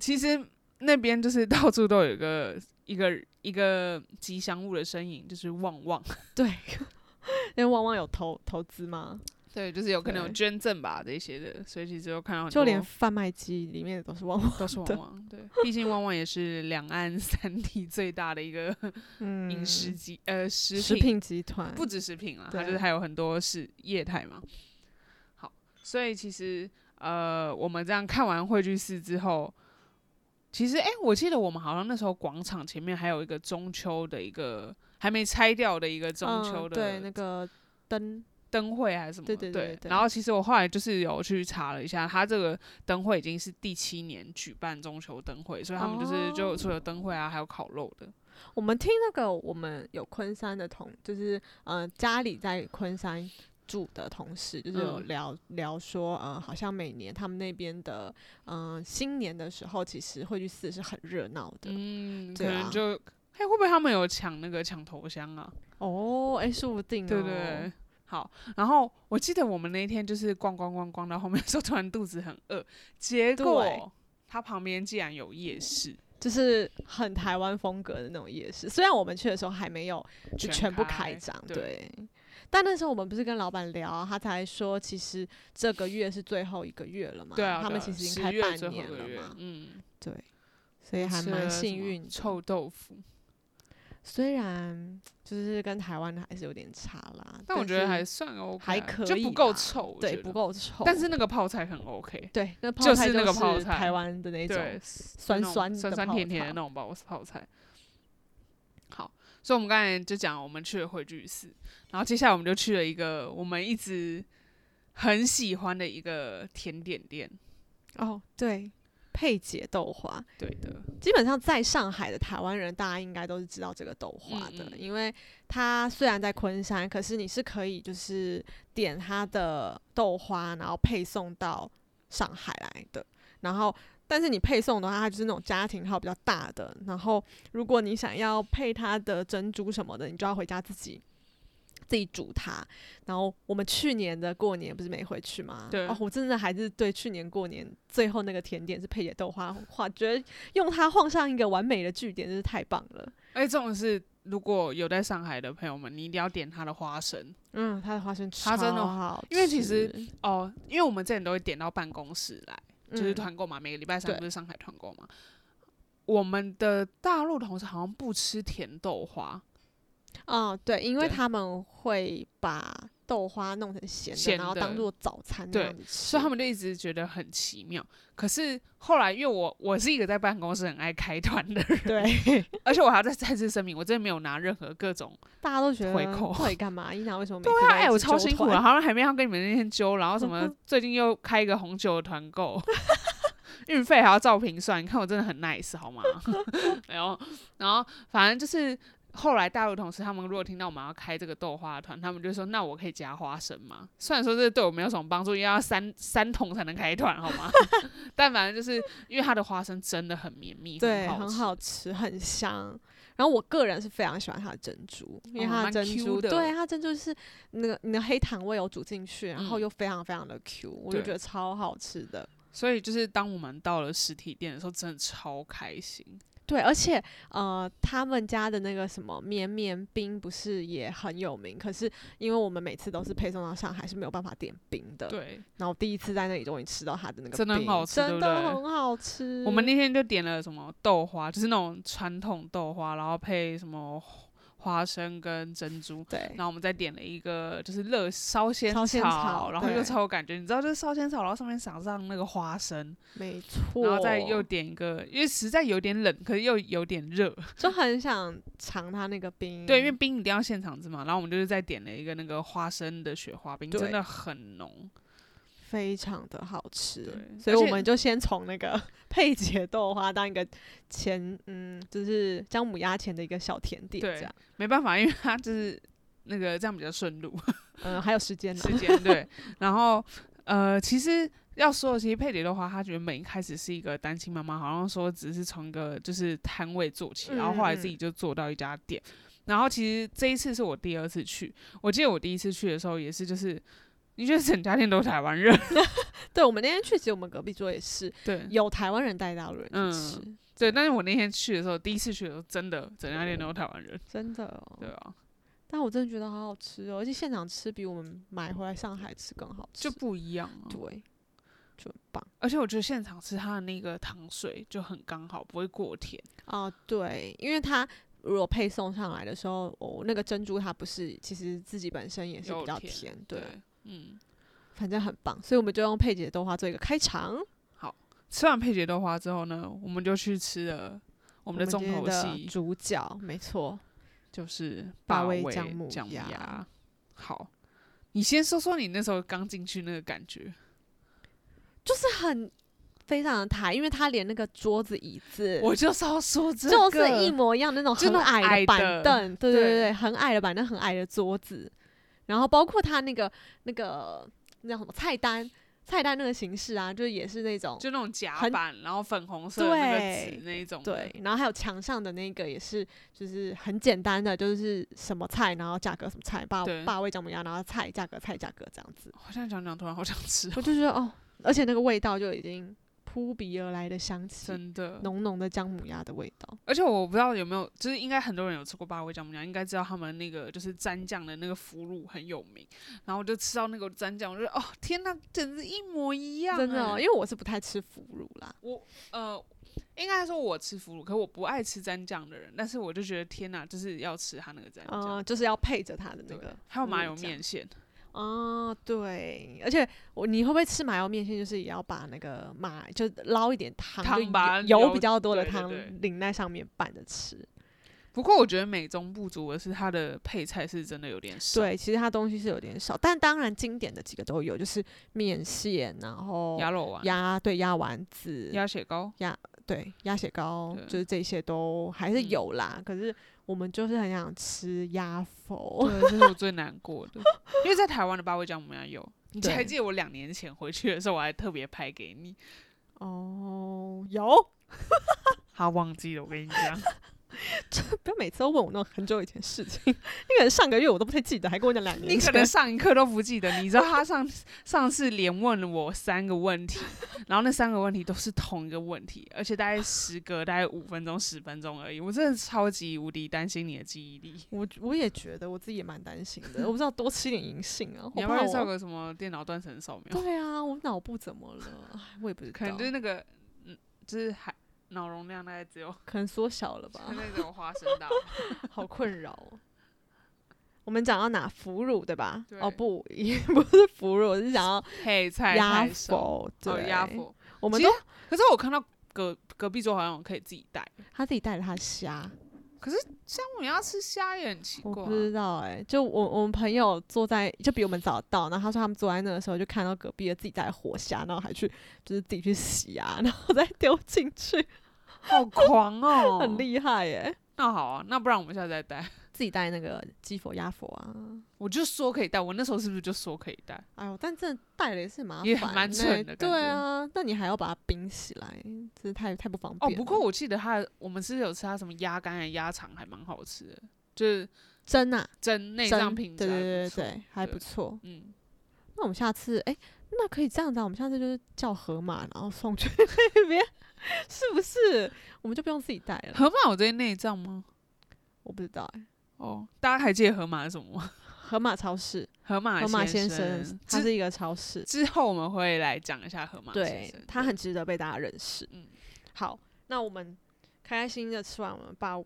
Speaker 1: 其实那边就是到处都有一个一个一个吉祥物的身影，就是旺旺。
Speaker 2: 对，因为旺旺有投投资吗？
Speaker 1: 对，就是有可能有
Speaker 2: 对
Speaker 1: 捐赠吧这些的，所以其实有看到很
Speaker 2: 就
Speaker 1: 多
Speaker 2: 连贩卖机里面都是旺旺。
Speaker 1: 都是旺旺。对，毕竟旺旺也是两岸三地最大的一个
Speaker 2: 嗯，
Speaker 1: 饮食集、呃食
Speaker 2: 食
Speaker 1: 品
Speaker 2: 品集团
Speaker 1: 不止食品啦，它
Speaker 2: 对
Speaker 1: 就是还有很多是业态嘛。好，所以其实呃，我们这样看完汇聚寺之后，其实诶，我记得我们好像那时候广场前面还有一个中秋的一个还没拆掉的一个中秋
Speaker 2: 嗯、对那
Speaker 1: 的
Speaker 2: 个灯，
Speaker 1: 灯会还是什么的？
Speaker 2: 对对对对
Speaker 1: 然后其实我后来就是有去查了一下，它这个灯会已经是第七年举办中秋灯会，所以他们就是就
Speaker 2: 哦
Speaker 1: 除了灯会啊，还有烤肉的。
Speaker 2: 我们听那个我们有昆山的同，就是呃家里在昆山住的同事，就是有
Speaker 1: 嗯
Speaker 2: 聊、聊说，呃，好像每年他们那边的呃新年的时候，其实会去寺是很热闹的。
Speaker 1: 嗯，可
Speaker 2: 对
Speaker 1: 能
Speaker 2: 啊
Speaker 1: 就。哎，会不会他们有抢那个抢头香啊？
Speaker 2: 哦，哎、说不定、哦，
Speaker 1: 对对对，好。然后我记得我们那一天就是逛逛逛逛到后面的时候，突然肚子很饿，结
Speaker 2: 对
Speaker 1: 果它旁边竟然有夜市，
Speaker 2: 就是很台湾风格的那种夜市。虽然我们去的时候还没有就全部
Speaker 1: 开
Speaker 2: 开张，
Speaker 1: 对
Speaker 2: 对。但那时候我们不是跟老板聊啊，他才说其实这个月是最后一个月了嘛，
Speaker 1: 对啊，
Speaker 2: 他
Speaker 1: 对啊
Speaker 2: 们其实已
Speaker 1: 10
Speaker 2: 经开
Speaker 1: 月
Speaker 2: 半
Speaker 1: 最后
Speaker 2: 年
Speaker 1: 一个月
Speaker 2: 了嘛，
Speaker 1: 嗯，
Speaker 2: 对，所以还
Speaker 1: 吃了
Speaker 2: 蛮
Speaker 1: 什
Speaker 2: 幸
Speaker 1: 么
Speaker 2: 运的。
Speaker 1: 臭豆腐，
Speaker 2: 虽然就是跟台湾的还是有点差啦，
Speaker 1: 但我觉得还
Speaker 2: 是
Speaker 1: 算 OK，
Speaker 2: 还
Speaker 1: 啊
Speaker 2: 可以
Speaker 1: 就
Speaker 2: 啦，
Speaker 1: 不够臭，我
Speaker 2: 对，
Speaker 1: 觉
Speaker 2: 不
Speaker 1: 得。
Speaker 2: 够臭。
Speaker 1: 但是那个泡菜很 OK，
Speaker 2: 对，那
Speaker 1: 就
Speaker 2: 泡菜
Speaker 1: 是那个泡
Speaker 2: 是
Speaker 1: 菜
Speaker 2: 台湾的那种，
Speaker 1: 对，
Speaker 2: 酸
Speaker 1: 那种
Speaker 2: 酸
Speaker 1: 酸
Speaker 2: 的
Speaker 1: 酸
Speaker 2: 泡
Speaker 1: 甜甜的
Speaker 2: 菜
Speaker 1: 那种泡泡菜。好，所以我们刚才就讲我们去了汇聚寺，然后接下来我们就去了一个我们一直很喜欢的一个甜点店。
Speaker 2: 哦，对，佩姐豆花，
Speaker 1: 对的，
Speaker 2: 基本上在上海的台湾人，大家应该都是知道这个豆花的，
Speaker 1: 嗯嗯
Speaker 2: 因为它虽然在昆山，可是你是可以就是点它的豆花，然后配送到上海来的，然后。但是你配送的话，它就是那种家庭号比较大的。然后，如果你想要配它的珍珠什么的，你就要回家自己自己煮它。然后我们去年的过年不是没回去吗？
Speaker 1: 对
Speaker 2: 哦，我真的还是对去年过年最后那个甜点是配姐豆花，哇，觉得用它画上一个完美的句点，真是太棒了。
Speaker 1: 而且这种是如果有在上海的朋友们，你一定要点它的花生
Speaker 2: 嗯，它的花生超
Speaker 1: 它真的
Speaker 2: 好吃，
Speaker 1: 因为其实哦，因为我们之前都会点到办公室来，就是
Speaker 2: 嗯
Speaker 1: 团购嘛，每个礼拜三
Speaker 2: 对
Speaker 1: 不是上海团购嘛。我们的大陆同事好像不吃甜豆花，
Speaker 2: 哦，对，因
Speaker 1: 对
Speaker 2: 为他们会把豆花弄成咸的，
Speaker 1: 咸
Speaker 2: 然后
Speaker 1: 的
Speaker 2: 当做早餐那
Speaker 1: 对
Speaker 2: 样子吃，
Speaker 1: 所以他们就一直觉得很奇妙。可是后来，因为我我是一个在办公室很爱开团的人，
Speaker 2: 对
Speaker 1: 而且我还要再再次声明，我真的没有拿任何各种
Speaker 2: 大家都觉得
Speaker 1: 回扣
Speaker 2: 到底干嘛？伊娜为什么每
Speaker 1: 对
Speaker 2: 次
Speaker 1: 啊，
Speaker 2: 都
Speaker 1: 哎、
Speaker 2: 一直
Speaker 1: 我超
Speaker 2: 揪
Speaker 1: 辛苦
Speaker 2: 团
Speaker 1: 的，好像还没要跟你们那天揪，然后什么最近又开一个红酒的团购， 运费还要照平算，你看我真的很 nice 好吗？ 然后，然后反正就是后来大陆同事他们如果听到我们要开这个豆花团，他们就说那我可以加花生吗？虽然说这对我没有什么帮助，因为要三三桶才能开团好吗？ 但反正就是因为它的花生真的很绵密，
Speaker 2: 对，
Speaker 1: 很
Speaker 2: 很好吃，很香。然后我个人是非常喜欢它的珍珠，因为
Speaker 1: 哦
Speaker 2: 它
Speaker 1: 蛮
Speaker 2: 珍
Speaker 1: Q
Speaker 2: 珠，
Speaker 1: 的
Speaker 2: 对它珍珠是那个你的黑糖味有煮进去，然
Speaker 1: 嗯
Speaker 2: 后又非常非常的 Q，、我就
Speaker 1: 对
Speaker 2: 觉得超好吃的。
Speaker 1: 所以就是当我们到了实体店的时候，真的超开心。
Speaker 2: 对，而且呃，他们家的那个什么绵绵冰不是也很有名？可是因为我们每次都是配送到上海，是没有办法点冰的。，
Speaker 1: 对，
Speaker 2: 然后第一次在那里终于吃到它的那个冰，
Speaker 1: 真的很好吃对
Speaker 2: 真
Speaker 1: 不
Speaker 2: 的
Speaker 1: 对
Speaker 2: 很好吃。
Speaker 1: 我们那天就点了什么豆花，就是那种传统豆花，然后配什么花生跟珍珠。
Speaker 2: 对
Speaker 1: 然后我们再点了一个就是热烧仙
Speaker 2: 烧仙草
Speaker 1: 然后又
Speaker 2: 对
Speaker 1: 超有感觉，你知道就是烧仙草，然后上面撒上那个花生，
Speaker 2: 没错，
Speaker 1: 然后再又点一个，因为实在有点冷，可是又有点热，
Speaker 2: 就很想尝它那个冰。
Speaker 1: 对，因为冰一定要现场吃嘛。然后我们就是再点了一个那个花生的雪花冰，
Speaker 2: 对
Speaker 1: 真的很浓。
Speaker 2: 非常的好吃，
Speaker 1: 对
Speaker 2: 所以
Speaker 1: 而
Speaker 2: 我
Speaker 1: 且
Speaker 2: 们就先从那个 配姐豆花当一个前，嗯，就是姜母鸭前的一个小甜点
Speaker 1: 对
Speaker 2: 这样，
Speaker 1: 没办法，因为它就是那个这样比较顺路。
Speaker 2: 嗯，还有时间呢，
Speaker 1: 时间对，然后呃，其实要说，其实佩姐的话，她原本一开始是一个单亲妈妈，好像说只是从一个就是摊位做起，然后后来自己就做到一家店。然后其实这一次是我第二次去，我记得我第一次去的时候也是就是。你觉得整家店都是台湾人？
Speaker 2: 对，我们那天去，其实我们隔壁桌也是
Speaker 1: 对
Speaker 2: 有台湾人带大陆人去吃，
Speaker 1: 对，但是我那天去的时候，第一次去的时候，真的整家店都是台湾人。
Speaker 2: 真的、哦。
Speaker 1: 对啊，
Speaker 2: 但我真的觉得好好吃哦，而且现场吃比我们买回来上海吃更好吃，
Speaker 1: 就不一样、啊。
Speaker 2: 对，就很棒
Speaker 1: 而且我觉得现场吃它的那个糖水就很刚好，不会过甜。
Speaker 2: 啊、对，因为它。如果配送上来的时候，哦，那个珍珠它不是，其实自己本身也是比
Speaker 1: 有
Speaker 2: 较
Speaker 1: 甜
Speaker 2: 甜，对，，
Speaker 1: 嗯，
Speaker 2: 反正很棒，所以我们就用佩姐豆花做一个开场。
Speaker 1: 吃完配角豆花之后呢，我们就去吃了我
Speaker 2: 我
Speaker 1: 们的重
Speaker 2: 今天
Speaker 1: 头戏，
Speaker 2: 主角，没错，
Speaker 1: 就是
Speaker 2: 霸
Speaker 1: 味
Speaker 2: 味姜母
Speaker 1: 姜
Speaker 2: 鸭
Speaker 1: 鸭。好，你先说说你那时候刚进去那个感觉。
Speaker 2: 就是很非常的台，因为他连那个桌子椅子，
Speaker 1: 我就是要说这个，
Speaker 2: 就是一模一样的那种
Speaker 1: 就
Speaker 2: 很
Speaker 1: 那种
Speaker 2: 矮
Speaker 1: 矮的
Speaker 2: 的板凳，对对
Speaker 1: 对
Speaker 2: 对，很矮的板凳，很矮的桌子，然后包括他那个那个那叫什么菜单，菜单那个形式啊，就是也是那种
Speaker 1: 就那种夹
Speaker 2: 很
Speaker 1: 板，然后粉红色的那个
Speaker 2: 对
Speaker 1: 纸那一种的。
Speaker 2: 对，然后还有墙上的那个也是，就是很简单的，就是什么菜，然后价格什么菜，八
Speaker 1: 对哦
Speaker 2: 八味姜母鸭，然后菜价格菜价格这样子。
Speaker 1: 我现在讲讲，突然好想吃哦，
Speaker 2: 我就觉得哦，而且那个味道就已经扑鼻而来的香气，
Speaker 1: 真的。
Speaker 2: 浓浓的姜母鸭的味道。
Speaker 1: 而且我不知道有没有，就是应该很多人有吃过八味姜母鸭，应该知道他们那个就是蘸酱的那个腐乳很有名。然后我就吃到那个蘸酱，我就觉得哦天呐，简直一模一样、
Speaker 2: 真的、
Speaker 1: 哎
Speaker 2: 哦，因为我是不太吃腐乳啦，
Speaker 1: 我呃，应该说我吃腐乳，可我不爱吃蘸酱的人，但是我就觉得天哪，就是要吃它那个蘸
Speaker 2: 啊、
Speaker 1: 酱。
Speaker 2: 就是要配着它的那
Speaker 1: 对
Speaker 2: 个，
Speaker 1: 还有麻油面线，
Speaker 2: 啊、对，而且我你会不会吃麻油面线？就是也要把那个麻就捞一点汤，
Speaker 1: 汤
Speaker 2: 就
Speaker 1: 把
Speaker 2: 油
Speaker 1: 油
Speaker 2: 油比较多的
Speaker 1: 对对
Speaker 2: 汤
Speaker 1: 对
Speaker 2: 淋在上面拌着吃。
Speaker 1: 不过我觉得美中不足的是，它的配菜是真的有点少。，
Speaker 2: 对，其实它东西是有点少，但当然经典的几个都有，就是面线，然后
Speaker 1: 鸭肉丸、
Speaker 2: 鸭对鸭丸子，
Speaker 1: 鸭血 糕，
Speaker 2: 对鸭血糕，
Speaker 1: 对
Speaker 2: 就是这些都还是
Speaker 1: 嗯
Speaker 2: 有啦。可是我们就是很想吃鸭
Speaker 1: 对
Speaker 2: 否，，
Speaker 1: 这是我最难过的，因为在台湾的八味酱我们要有。你
Speaker 2: 对
Speaker 1: 还记得我两年前回去的时候，我还特别拍给你。
Speaker 2: 哦，有，
Speaker 1: 他忘记了，我跟你讲，
Speaker 2: 不要每次都问我那种很久以前的事情， 你可能上个月我都不太记得，还跟我讲两年
Speaker 1: 你可
Speaker 2: 前。
Speaker 1: 能上一课都不记得。你知道他上上次连问了我三个问题，然后那三个问题都是同一个问题，而且大概时隔大概五分钟、十分钟而已。我真的超级无敌担心你的记忆力。
Speaker 2: 我我也觉得我自己也蛮担心的，我不知道多吃一点银杏啊，我
Speaker 1: 你要不
Speaker 2: 怕
Speaker 1: 要
Speaker 2: 我
Speaker 1: 照个什么电脑断层扫描？
Speaker 2: 对啊，我脑部怎么了？唉我也不知道，
Speaker 1: 可能就是那个，嗯，就是还脑容量大概只 有
Speaker 2: 可能缩小了吧，
Speaker 1: 那种花生大。
Speaker 2: 好困扰哦。我们讲到哪腐乳对吧？
Speaker 1: 对
Speaker 2: 哦不，也不是腐乳，我是讲到
Speaker 1: 配菜
Speaker 2: 鸭
Speaker 1: 太少，
Speaker 2: 否，
Speaker 1: 哦
Speaker 2: 对
Speaker 1: 鸭。脯。
Speaker 2: 我们
Speaker 1: 其
Speaker 2: 都
Speaker 1: 实可是我看到隔隔壁桌好像可以自己带，
Speaker 2: 他自己带了他虾，
Speaker 1: 但我们要吃虾也很奇
Speaker 2: 我
Speaker 1: 怪啊、
Speaker 2: 不知道哎、就我我们朋友坐在就比我们早到，然后他说他们坐在那的时候就看到隔壁的自己带活虾，然后还去就是自己去洗啊， 然后再丢进去，
Speaker 1: 好狂 哦，
Speaker 2: 很厉害耶、
Speaker 1: 那好啊，那不然我们下次再带。
Speaker 2: 自己带那个鸡佛鸭佛啊。
Speaker 1: 我就说可以带，我那时候是不是就说可以带？
Speaker 2: 哎呦，但真的带了也是麻
Speaker 1: 也
Speaker 2: 烦、欸，
Speaker 1: 蛮蠢的感
Speaker 2: 对
Speaker 1: 觉
Speaker 2: 啊，那你还要把它冰起来，真是太太不方
Speaker 1: 哦，
Speaker 2: 便了。
Speaker 1: 不过我记得他，我们是有吃他什么鸭肝、啊鸭肠，还蛮好吃的，就是
Speaker 2: 蒸啊，
Speaker 1: 蒸内
Speaker 2: 蒸
Speaker 1: 脏品质
Speaker 2: 对
Speaker 1: 还不
Speaker 2: 对对
Speaker 1: 错，
Speaker 2: 对，还不
Speaker 1: 对
Speaker 2: 错。
Speaker 1: 嗯，
Speaker 2: 那我们下次，哎、那可以这样子啊，我们下次就是叫河马，然后送去 那边，是不是？我们就不用自己带了。
Speaker 1: 河马有这些内脏吗？
Speaker 2: 我不知道、哎，
Speaker 1: 哦，大家还记得河马是什么吗？
Speaker 2: 河马超市，
Speaker 1: 河马
Speaker 2: 河马
Speaker 1: 先
Speaker 2: 先生，他
Speaker 1: 之
Speaker 2: 是一个超市，
Speaker 1: 之后我们会来讲一下河马先
Speaker 2: 对
Speaker 1: 生，
Speaker 2: 他很值得被大家认识。
Speaker 1: 嗯
Speaker 2: 好，那我们开开心心的吃完我们霸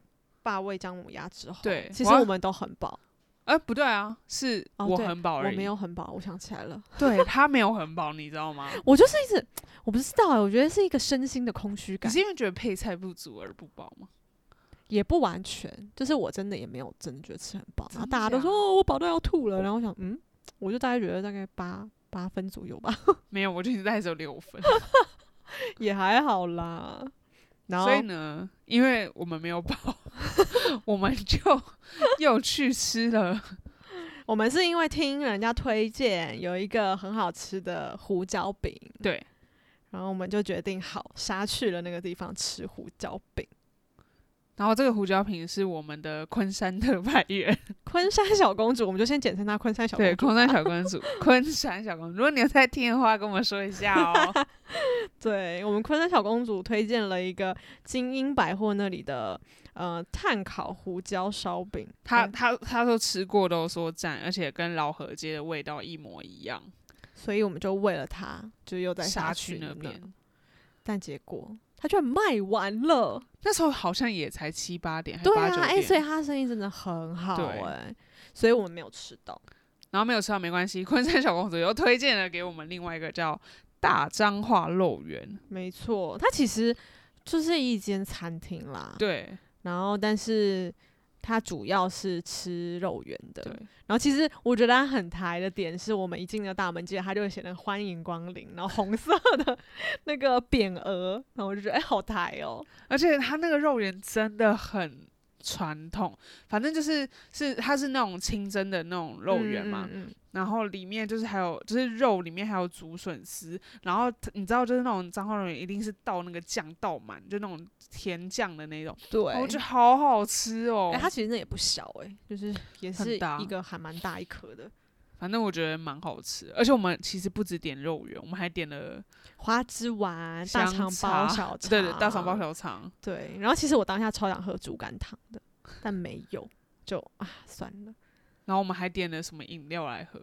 Speaker 2: 霸味姜母鸭之后，
Speaker 1: 对
Speaker 2: 其
Speaker 1: 我
Speaker 2: 实
Speaker 1: 要
Speaker 2: 我们都很饱。
Speaker 1: 哎不对啊，是
Speaker 2: 哦
Speaker 1: 我
Speaker 2: 对
Speaker 1: 很饱
Speaker 2: 我
Speaker 1: 而已，
Speaker 2: 没有很饱，我想起来了，
Speaker 1: 对他没有很饱，你知道 吗？
Speaker 2: 我就是一直我不知道、欸，我觉得是一个身心的空虚
Speaker 1: 你
Speaker 2: 感
Speaker 1: 是，因为觉得配菜不足而不饱吗？
Speaker 2: 也不完全，就是我真的也没有真的觉得吃很饱，然后
Speaker 1: 真
Speaker 2: 大家都
Speaker 1: 假
Speaker 2: 说哦我饱到要吐了，然后我想嗯，我就大概觉得大概八八分左右吧，
Speaker 1: 没有，我就现在只有六分。
Speaker 2: 也还好啦。然后
Speaker 1: 所以呢，因为我们没有饱， 我们 就又去吃了。
Speaker 2: 我们是因为听人家推荐有一个很好吃的胡椒饼，
Speaker 1: 对，
Speaker 2: 然后我们就决定好杀去了那个地方吃胡椒饼。
Speaker 1: 然后这个胡椒饼是我们的昆山特派员，
Speaker 2: 昆山小公主，我们就先简称她昆山小公
Speaker 1: 对，
Speaker 2: 主。
Speaker 1: 昆山小公主，昆山小公主。如果你有在听的话，跟我们说一下 哦。
Speaker 2: 对我们昆山小公主推荐了一个精英百货那里的呃炭烤胡椒烧饼，
Speaker 1: 他
Speaker 2: 嗯
Speaker 1: 他他说吃过都说赞，而且跟老河街的味道一模一样。
Speaker 2: 所以我们就为了它就又在
Speaker 1: 沙
Speaker 2: 区
Speaker 1: 区那
Speaker 2: 边，
Speaker 1: 边，
Speaker 2: 但结果它居然卖完了。
Speaker 1: 那时候好像也才七八点，还
Speaker 2: 对
Speaker 1: 八
Speaker 2: 啊
Speaker 1: 九，
Speaker 2: 哎、
Speaker 1: 点。
Speaker 2: 所以它生意真的很好
Speaker 1: 对
Speaker 2: 哎、所以我们没有吃到。
Speaker 1: 然后没有吃到没关系，昆山小公主又推荐了给我们另外一个叫大彰化肉圆，
Speaker 2: 没错，它其实就是一间餐厅啦，
Speaker 1: 对
Speaker 2: 然后但是它主要是吃肉圆的，
Speaker 1: 对。
Speaker 2: 然后其实我觉得它很台的点是我们一进了大门街，它就会写那个欢迎光临，然后红色的那个匾额，然后我就觉得哎、好台哦。
Speaker 1: 而且它那个肉圆真的很传统，反正就是是它是那种清蒸的那种 肉圆嘛，
Speaker 2: 嗯嗯嗯
Speaker 1: 然后里面就是还有就是肉里面还有竹笋丝，然后它你知道就是那种彰化肉圆一定是倒那个酱倒满，就那种甜酱的那种，
Speaker 2: 对，
Speaker 1: 哦我觉得好好吃哦。
Speaker 2: 哎、它其实那也不小哎、就是也
Speaker 1: 很
Speaker 2: 是
Speaker 1: 大
Speaker 2: 一个还蛮大一颗的
Speaker 1: 反正我觉得蛮好吃，而且我们其实不止点肉圆，我们还点了
Speaker 2: 花枝丸、大
Speaker 1: 香
Speaker 2: 肠包
Speaker 1: 肠
Speaker 2: 小肠，
Speaker 1: 对对大肠包小肠，
Speaker 2: 对，然后其实我当下超想喝猪肝汤的，但没有，就啊算了。
Speaker 1: 然后我们还点了什么饮料来喝。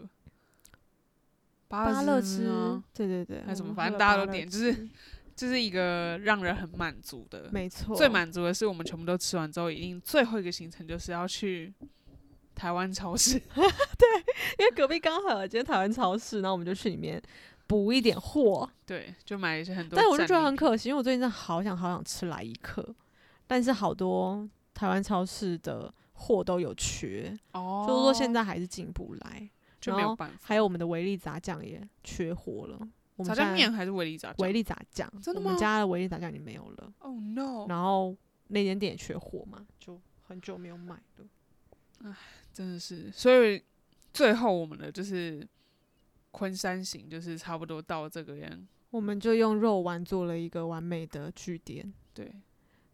Speaker 2: 芭乐
Speaker 1: 汁啊
Speaker 2: 汁啊
Speaker 1: 吗，
Speaker 2: 对对对，
Speaker 1: 还有什么
Speaker 2: 我们
Speaker 1: 反
Speaker 2: 喝
Speaker 1: 正
Speaker 2: 了
Speaker 1: 大家都
Speaker 2: 芭乐
Speaker 1: 点就是
Speaker 2: 汁
Speaker 1: 就是一个让人很满足的。
Speaker 2: 没错，
Speaker 1: 最满足的是，我们全部都吃完之后，一定最后一个行程就是要去台湾超市。
Speaker 2: 因为隔壁刚好有一间台湾超市，然后我们就去里面补一点货。
Speaker 1: 对，就买了一些很多。
Speaker 2: 但我就觉得很，可惜，因为我最近真的好想好想吃来一克，但是好多台湾超市的货都有缺，
Speaker 1: 哦，
Speaker 2: 就是说现在还是进不来。
Speaker 1: 就没有办法。
Speaker 2: 还有我们的维力炸酱也缺货了，我
Speaker 1: 炸酱
Speaker 2: 们现在
Speaker 1: 面还是维力炸酱？
Speaker 2: 维力炸酱，
Speaker 1: 真的
Speaker 2: 我
Speaker 1: 吗
Speaker 2: 们家的维力炸酱已经没有了，
Speaker 1: ？Oh no！
Speaker 2: 然后那间店也缺货嘛，就很久没有买了。
Speaker 1: 真的是，所以最后我们的就是昆山行，就是差不多到这个人，
Speaker 2: 我们就用肉丸做了一个完美的据点，
Speaker 1: 对，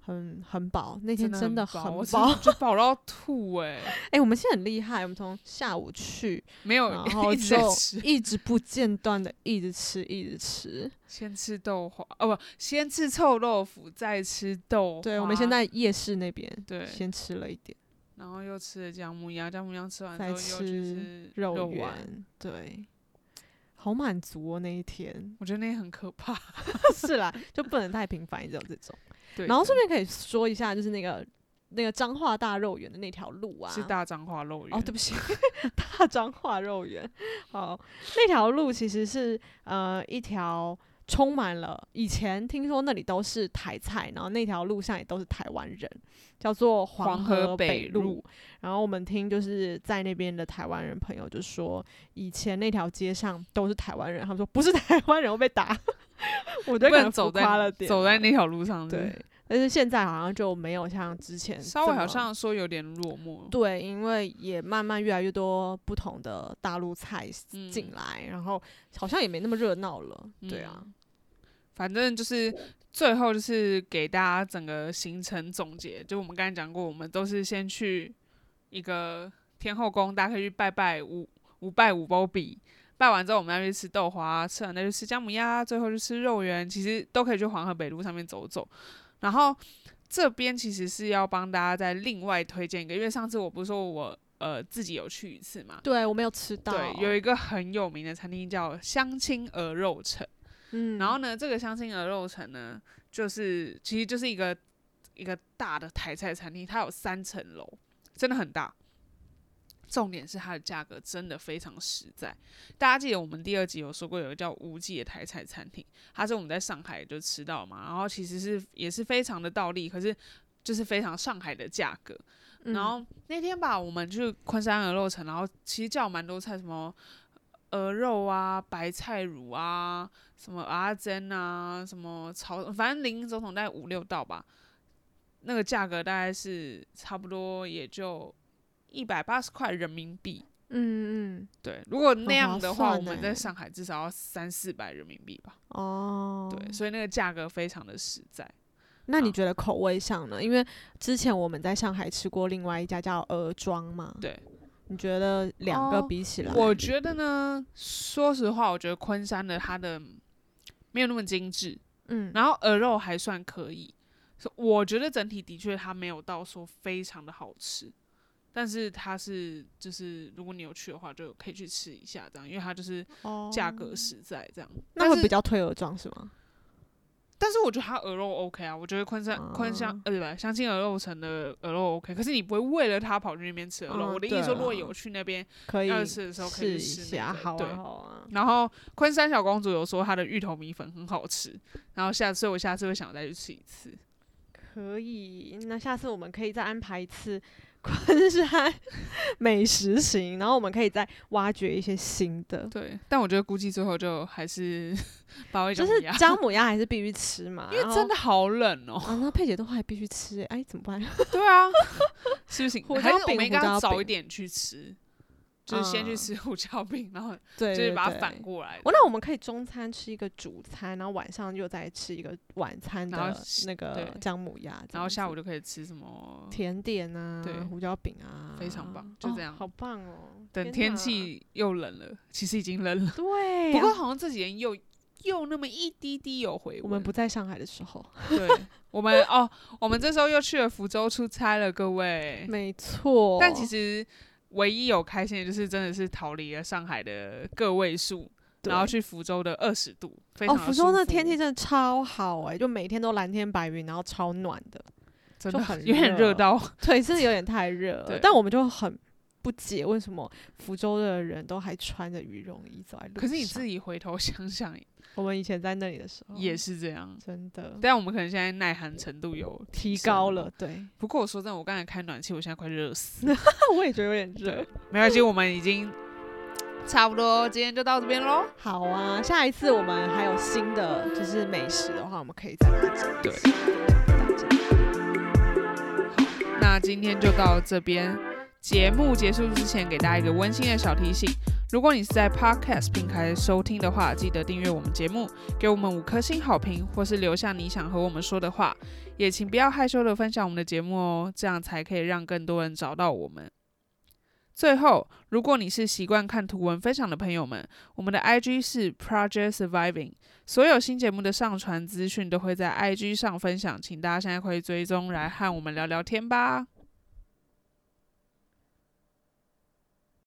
Speaker 2: 很很饱，那天真的很
Speaker 1: 饱，我真
Speaker 2: 饱
Speaker 1: 的。就饱到吐哎、
Speaker 2: 哎、我们现在很厉害，我们从下午去，
Speaker 1: 没有
Speaker 2: 然后
Speaker 1: 哦 一直在
Speaker 2: 就
Speaker 1: 吃，
Speaker 2: 一直不间断的一直吃，一直吃。
Speaker 1: 先吃豆花哦不，先吃臭豆腐，再吃豆花，
Speaker 2: 对，我们现在夜市那边
Speaker 1: 对
Speaker 2: 先吃了一点
Speaker 1: 然后又吃了姜母鸭，姜母鸭吃完之后
Speaker 2: 再
Speaker 1: 又去吃
Speaker 2: 肉
Speaker 1: 丸，。
Speaker 2: 圆，对，好满足哦那一天
Speaker 1: 我觉得那很可怕。
Speaker 2: 是啦，就不能太频繁，只有这种。
Speaker 1: 对，
Speaker 2: 然后顺
Speaker 1: 边
Speaker 2: 便可以说一下，就是那个那个彰化大肉圆的那条路啊，
Speaker 1: 是大张化肉圆
Speaker 2: 哦，对 不起，大张化肉圆。好，那条路其实是呃一条充满了以前听说那里都是台菜，然后那条路上也都是台湾人，叫做
Speaker 1: 黄河
Speaker 2: 河
Speaker 1: 北
Speaker 2: 路。
Speaker 1: 路
Speaker 2: 然后我们听就是在那边的台湾人朋友就说，以前那条街上都是台湾人，他们说不是台湾人会被打， 我觉
Speaker 1: 不
Speaker 2: 得可能
Speaker 1: 能走
Speaker 2: 浮夸了
Speaker 1: 在
Speaker 2: 点
Speaker 1: 走在
Speaker 2: 啦
Speaker 1: 那条路上是不是，
Speaker 2: 对。但是现在好像就没有像之前
Speaker 1: 稍微
Speaker 2: 这
Speaker 1: 好
Speaker 2: 么
Speaker 1: 像说有点落寞，
Speaker 2: 对，因为也慢慢越来越多不同的大陆菜
Speaker 1: 嗯
Speaker 2: 进来，然后好像也没那么热闹了。对啊，
Speaker 1: 嗯反正就是最后就是给大家整个行程总结，就我们刚才讲过，我们都是先去一个天后宫，大家可以去拜拜五五拜五包比。拜完之后，我们再去吃豆花，吃完再去吃姜母鸭，最后去吃肉圆，其实都可以去黄河北路上面走走。然后这边其实是要帮大家再另外推荐一个，因为上次我不是说我呃自己有去一次嘛，
Speaker 2: 对我没有吃到，
Speaker 1: 对，有一个很有名的餐厅叫香青鹅肉城。
Speaker 2: 嗯，
Speaker 1: 然后呢，这个香亲鹅肉城呢，就是其实就是一个一个大的台菜餐厅，它有三层楼，真的很大。重点是它的价格真的非常实在。大家记得我们第二集有说过，有一个叫无忌的台菜餐厅，它是我们在上海就吃到嘛，然后其实是也是非常的道地，可是就是非常上海的价格。
Speaker 2: 嗯
Speaker 1: 然后那天吧，我们去昆山鹅肉城，然后其实叫蛮多菜，什么鹅肉啊、白菜乳啊、什么阿珍啊、什么炒，反正林总统大概五六道吧。那个价格大概是差不多也就一百八十块人民币。
Speaker 2: 嗯嗯
Speaker 1: 对，如果那样的话，
Speaker 2: 划
Speaker 1: 我
Speaker 2: 算
Speaker 1: 们
Speaker 2: 欸
Speaker 1: 在上海至少要三四百人民币吧。
Speaker 2: 哦，
Speaker 1: 对，所以那个价格非常的实在。
Speaker 2: 那
Speaker 1: 啊
Speaker 2: 你觉得口味上呢？因为之前我们在上海吃过另外一家叫鹅庄嘛，
Speaker 1: 对，
Speaker 2: 你觉得两个
Speaker 1: 哦
Speaker 2: 比起来，
Speaker 1: 我觉得呢，说实话，我觉得昆山的它的没有那么精致，
Speaker 2: 嗯
Speaker 1: 然后鹅肉还算可以，所以我觉得整体的确它没有到说非常的好吃，但是它是就是如果你有去的话，就可以去吃一下这样，因为它就是
Speaker 2: 哦
Speaker 1: 价格实在这样。
Speaker 2: 那
Speaker 1: 但
Speaker 2: 会
Speaker 1: 是
Speaker 2: 比较推鹅庄是吗？
Speaker 1: 但是我觉得它鹅肉 OK 啊，我觉得昆山、昆山
Speaker 2: 哦
Speaker 1: 呃不对，相信鹅肉城的鹅肉 OK，可是你不会为了它跑去那边吃鹅肉。
Speaker 2: 哦
Speaker 1: 我的意思
Speaker 2: 对
Speaker 1: 说，如果
Speaker 2: 啦
Speaker 1: 有去那边
Speaker 2: 可以
Speaker 1: 要吃的时呃候可以
Speaker 2: 试一
Speaker 1: 去吃那
Speaker 2: 下，
Speaker 1: 个
Speaker 2: 好
Speaker 1: 对
Speaker 2: 啊好啊，
Speaker 1: 然后昆山小公主有说她的芋头米粉很好吃，然后下次我下次会想再去吃一次。
Speaker 2: 可以，那下次我们可以再安排一次 昆山美食行，然后我们可以再挖掘一些新的。
Speaker 1: 对，但我觉得估计最后就还是 把我一
Speaker 2: 就
Speaker 1: 种
Speaker 2: 是
Speaker 1: 压
Speaker 2: 姜母鸭还是必须吃嘛，
Speaker 1: 因为真的好冷哦、
Speaker 2: 啊，那佩姐都还必须吃、欸，哎，怎么办？
Speaker 1: 对啊，是不是？
Speaker 2: 胡
Speaker 1: 还
Speaker 2: 椒
Speaker 1: 是我
Speaker 2: 饼
Speaker 1: 们应
Speaker 2: 胡
Speaker 1: 该要
Speaker 2: 椒
Speaker 1: 早一
Speaker 2: 饼
Speaker 1: 点去吃，就是先去
Speaker 2: 嗯
Speaker 1: 吃胡椒饼，然后
Speaker 2: 对，
Speaker 1: 就是
Speaker 2: 对
Speaker 1: 把它
Speaker 2: 对
Speaker 1: 反过来。
Speaker 2: 哦，那我们可以中餐吃一个主餐，然后晚上又再吃一个晚餐
Speaker 1: 然后
Speaker 2: 的那个
Speaker 1: 对
Speaker 2: 姜母鸭这样子，
Speaker 1: 然后下午就可以吃什么？
Speaker 2: 甜点啊，
Speaker 1: 对
Speaker 2: 胡椒饼啊，
Speaker 1: 非常棒就
Speaker 2: 哦
Speaker 1: 这样
Speaker 2: 好棒哦！
Speaker 1: 等天
Speaker 2: 哪，
Speaker 1: 气又冷了，其实已经冷了，
Speaker 2: 对，
Speaker 1: 不过好像这几天又又那么一滴滴有回温。
Speaker 2: 我们不在上海的时候，
Speaker 1: 对， 我们哦，我们这时候又去了福州出差了，各位。
Speaker 2: 没错，
Speaker 1: 但其实唯一有开心的就是，真的是逃离了上海的个位数，
Speaker 2: 对
Speaker 1: 然后去福州的二十度，非常
Speaker 2: 哦，
Speaker 1: 地
Speaker 2: 福州
Speaker 1: 舒
Speaker 2: 的
Speaker 1: 服
Speaker 2: 天气真的超好哎、就每天都蓝天白云，然后超暖的，
Speaker 1: 真的
Speaker 2: 就很
Speaker 1: 有点
Speaker 2: 热啊
Speaker 1: 热到，
Speaker 2: 对，是有点太热了
Speaker 1: 对
Speaker 2: 但我们就很不解为什么福州的人都还穿着羽绒衣走在路上。
Speaker 1: 可是你自己回头想 想，
Speaker 2: 我们以前在那里的时候
Speaker 1: 也是这样。
Speaker 2: 真的
Speaker 1: 但我们可能现在耐寒程度有
Speaker 2: 提
Speaker 1: 升
Speaker 2: 高了， 对，
Speaker 1: 不过我说真的，我刚才开暖气，我现在快热死了。
Speaker 2: 我也觉得有点热。
Speaker 1: 没关系，我们已经差不多，今天就到这边喽。
Speaker 2: 好啊，下一次我们还有新的就是美食的话，我们可以再来讲。
Speaker 1: 对
Speaker 2: 大家
Speaker 1: 那今天就到这边。节目结束之前，给大家一个温馨的小提醒：如果你是在 Podcast 平台收听的话，记得订阅我们节目，给我们五颗星好评，或是留下你想和我们说的话。也请不要害羞的分享我们的节目哦，这样才可以让更多人找到我们。最后，如果你是习惯看图文分享的朋友们，我们的 IG 是 Project Surviving，所有新节目的上传资讯都会在 IG 上分享，请大家现在可以追踪来和我们聊聊天吧。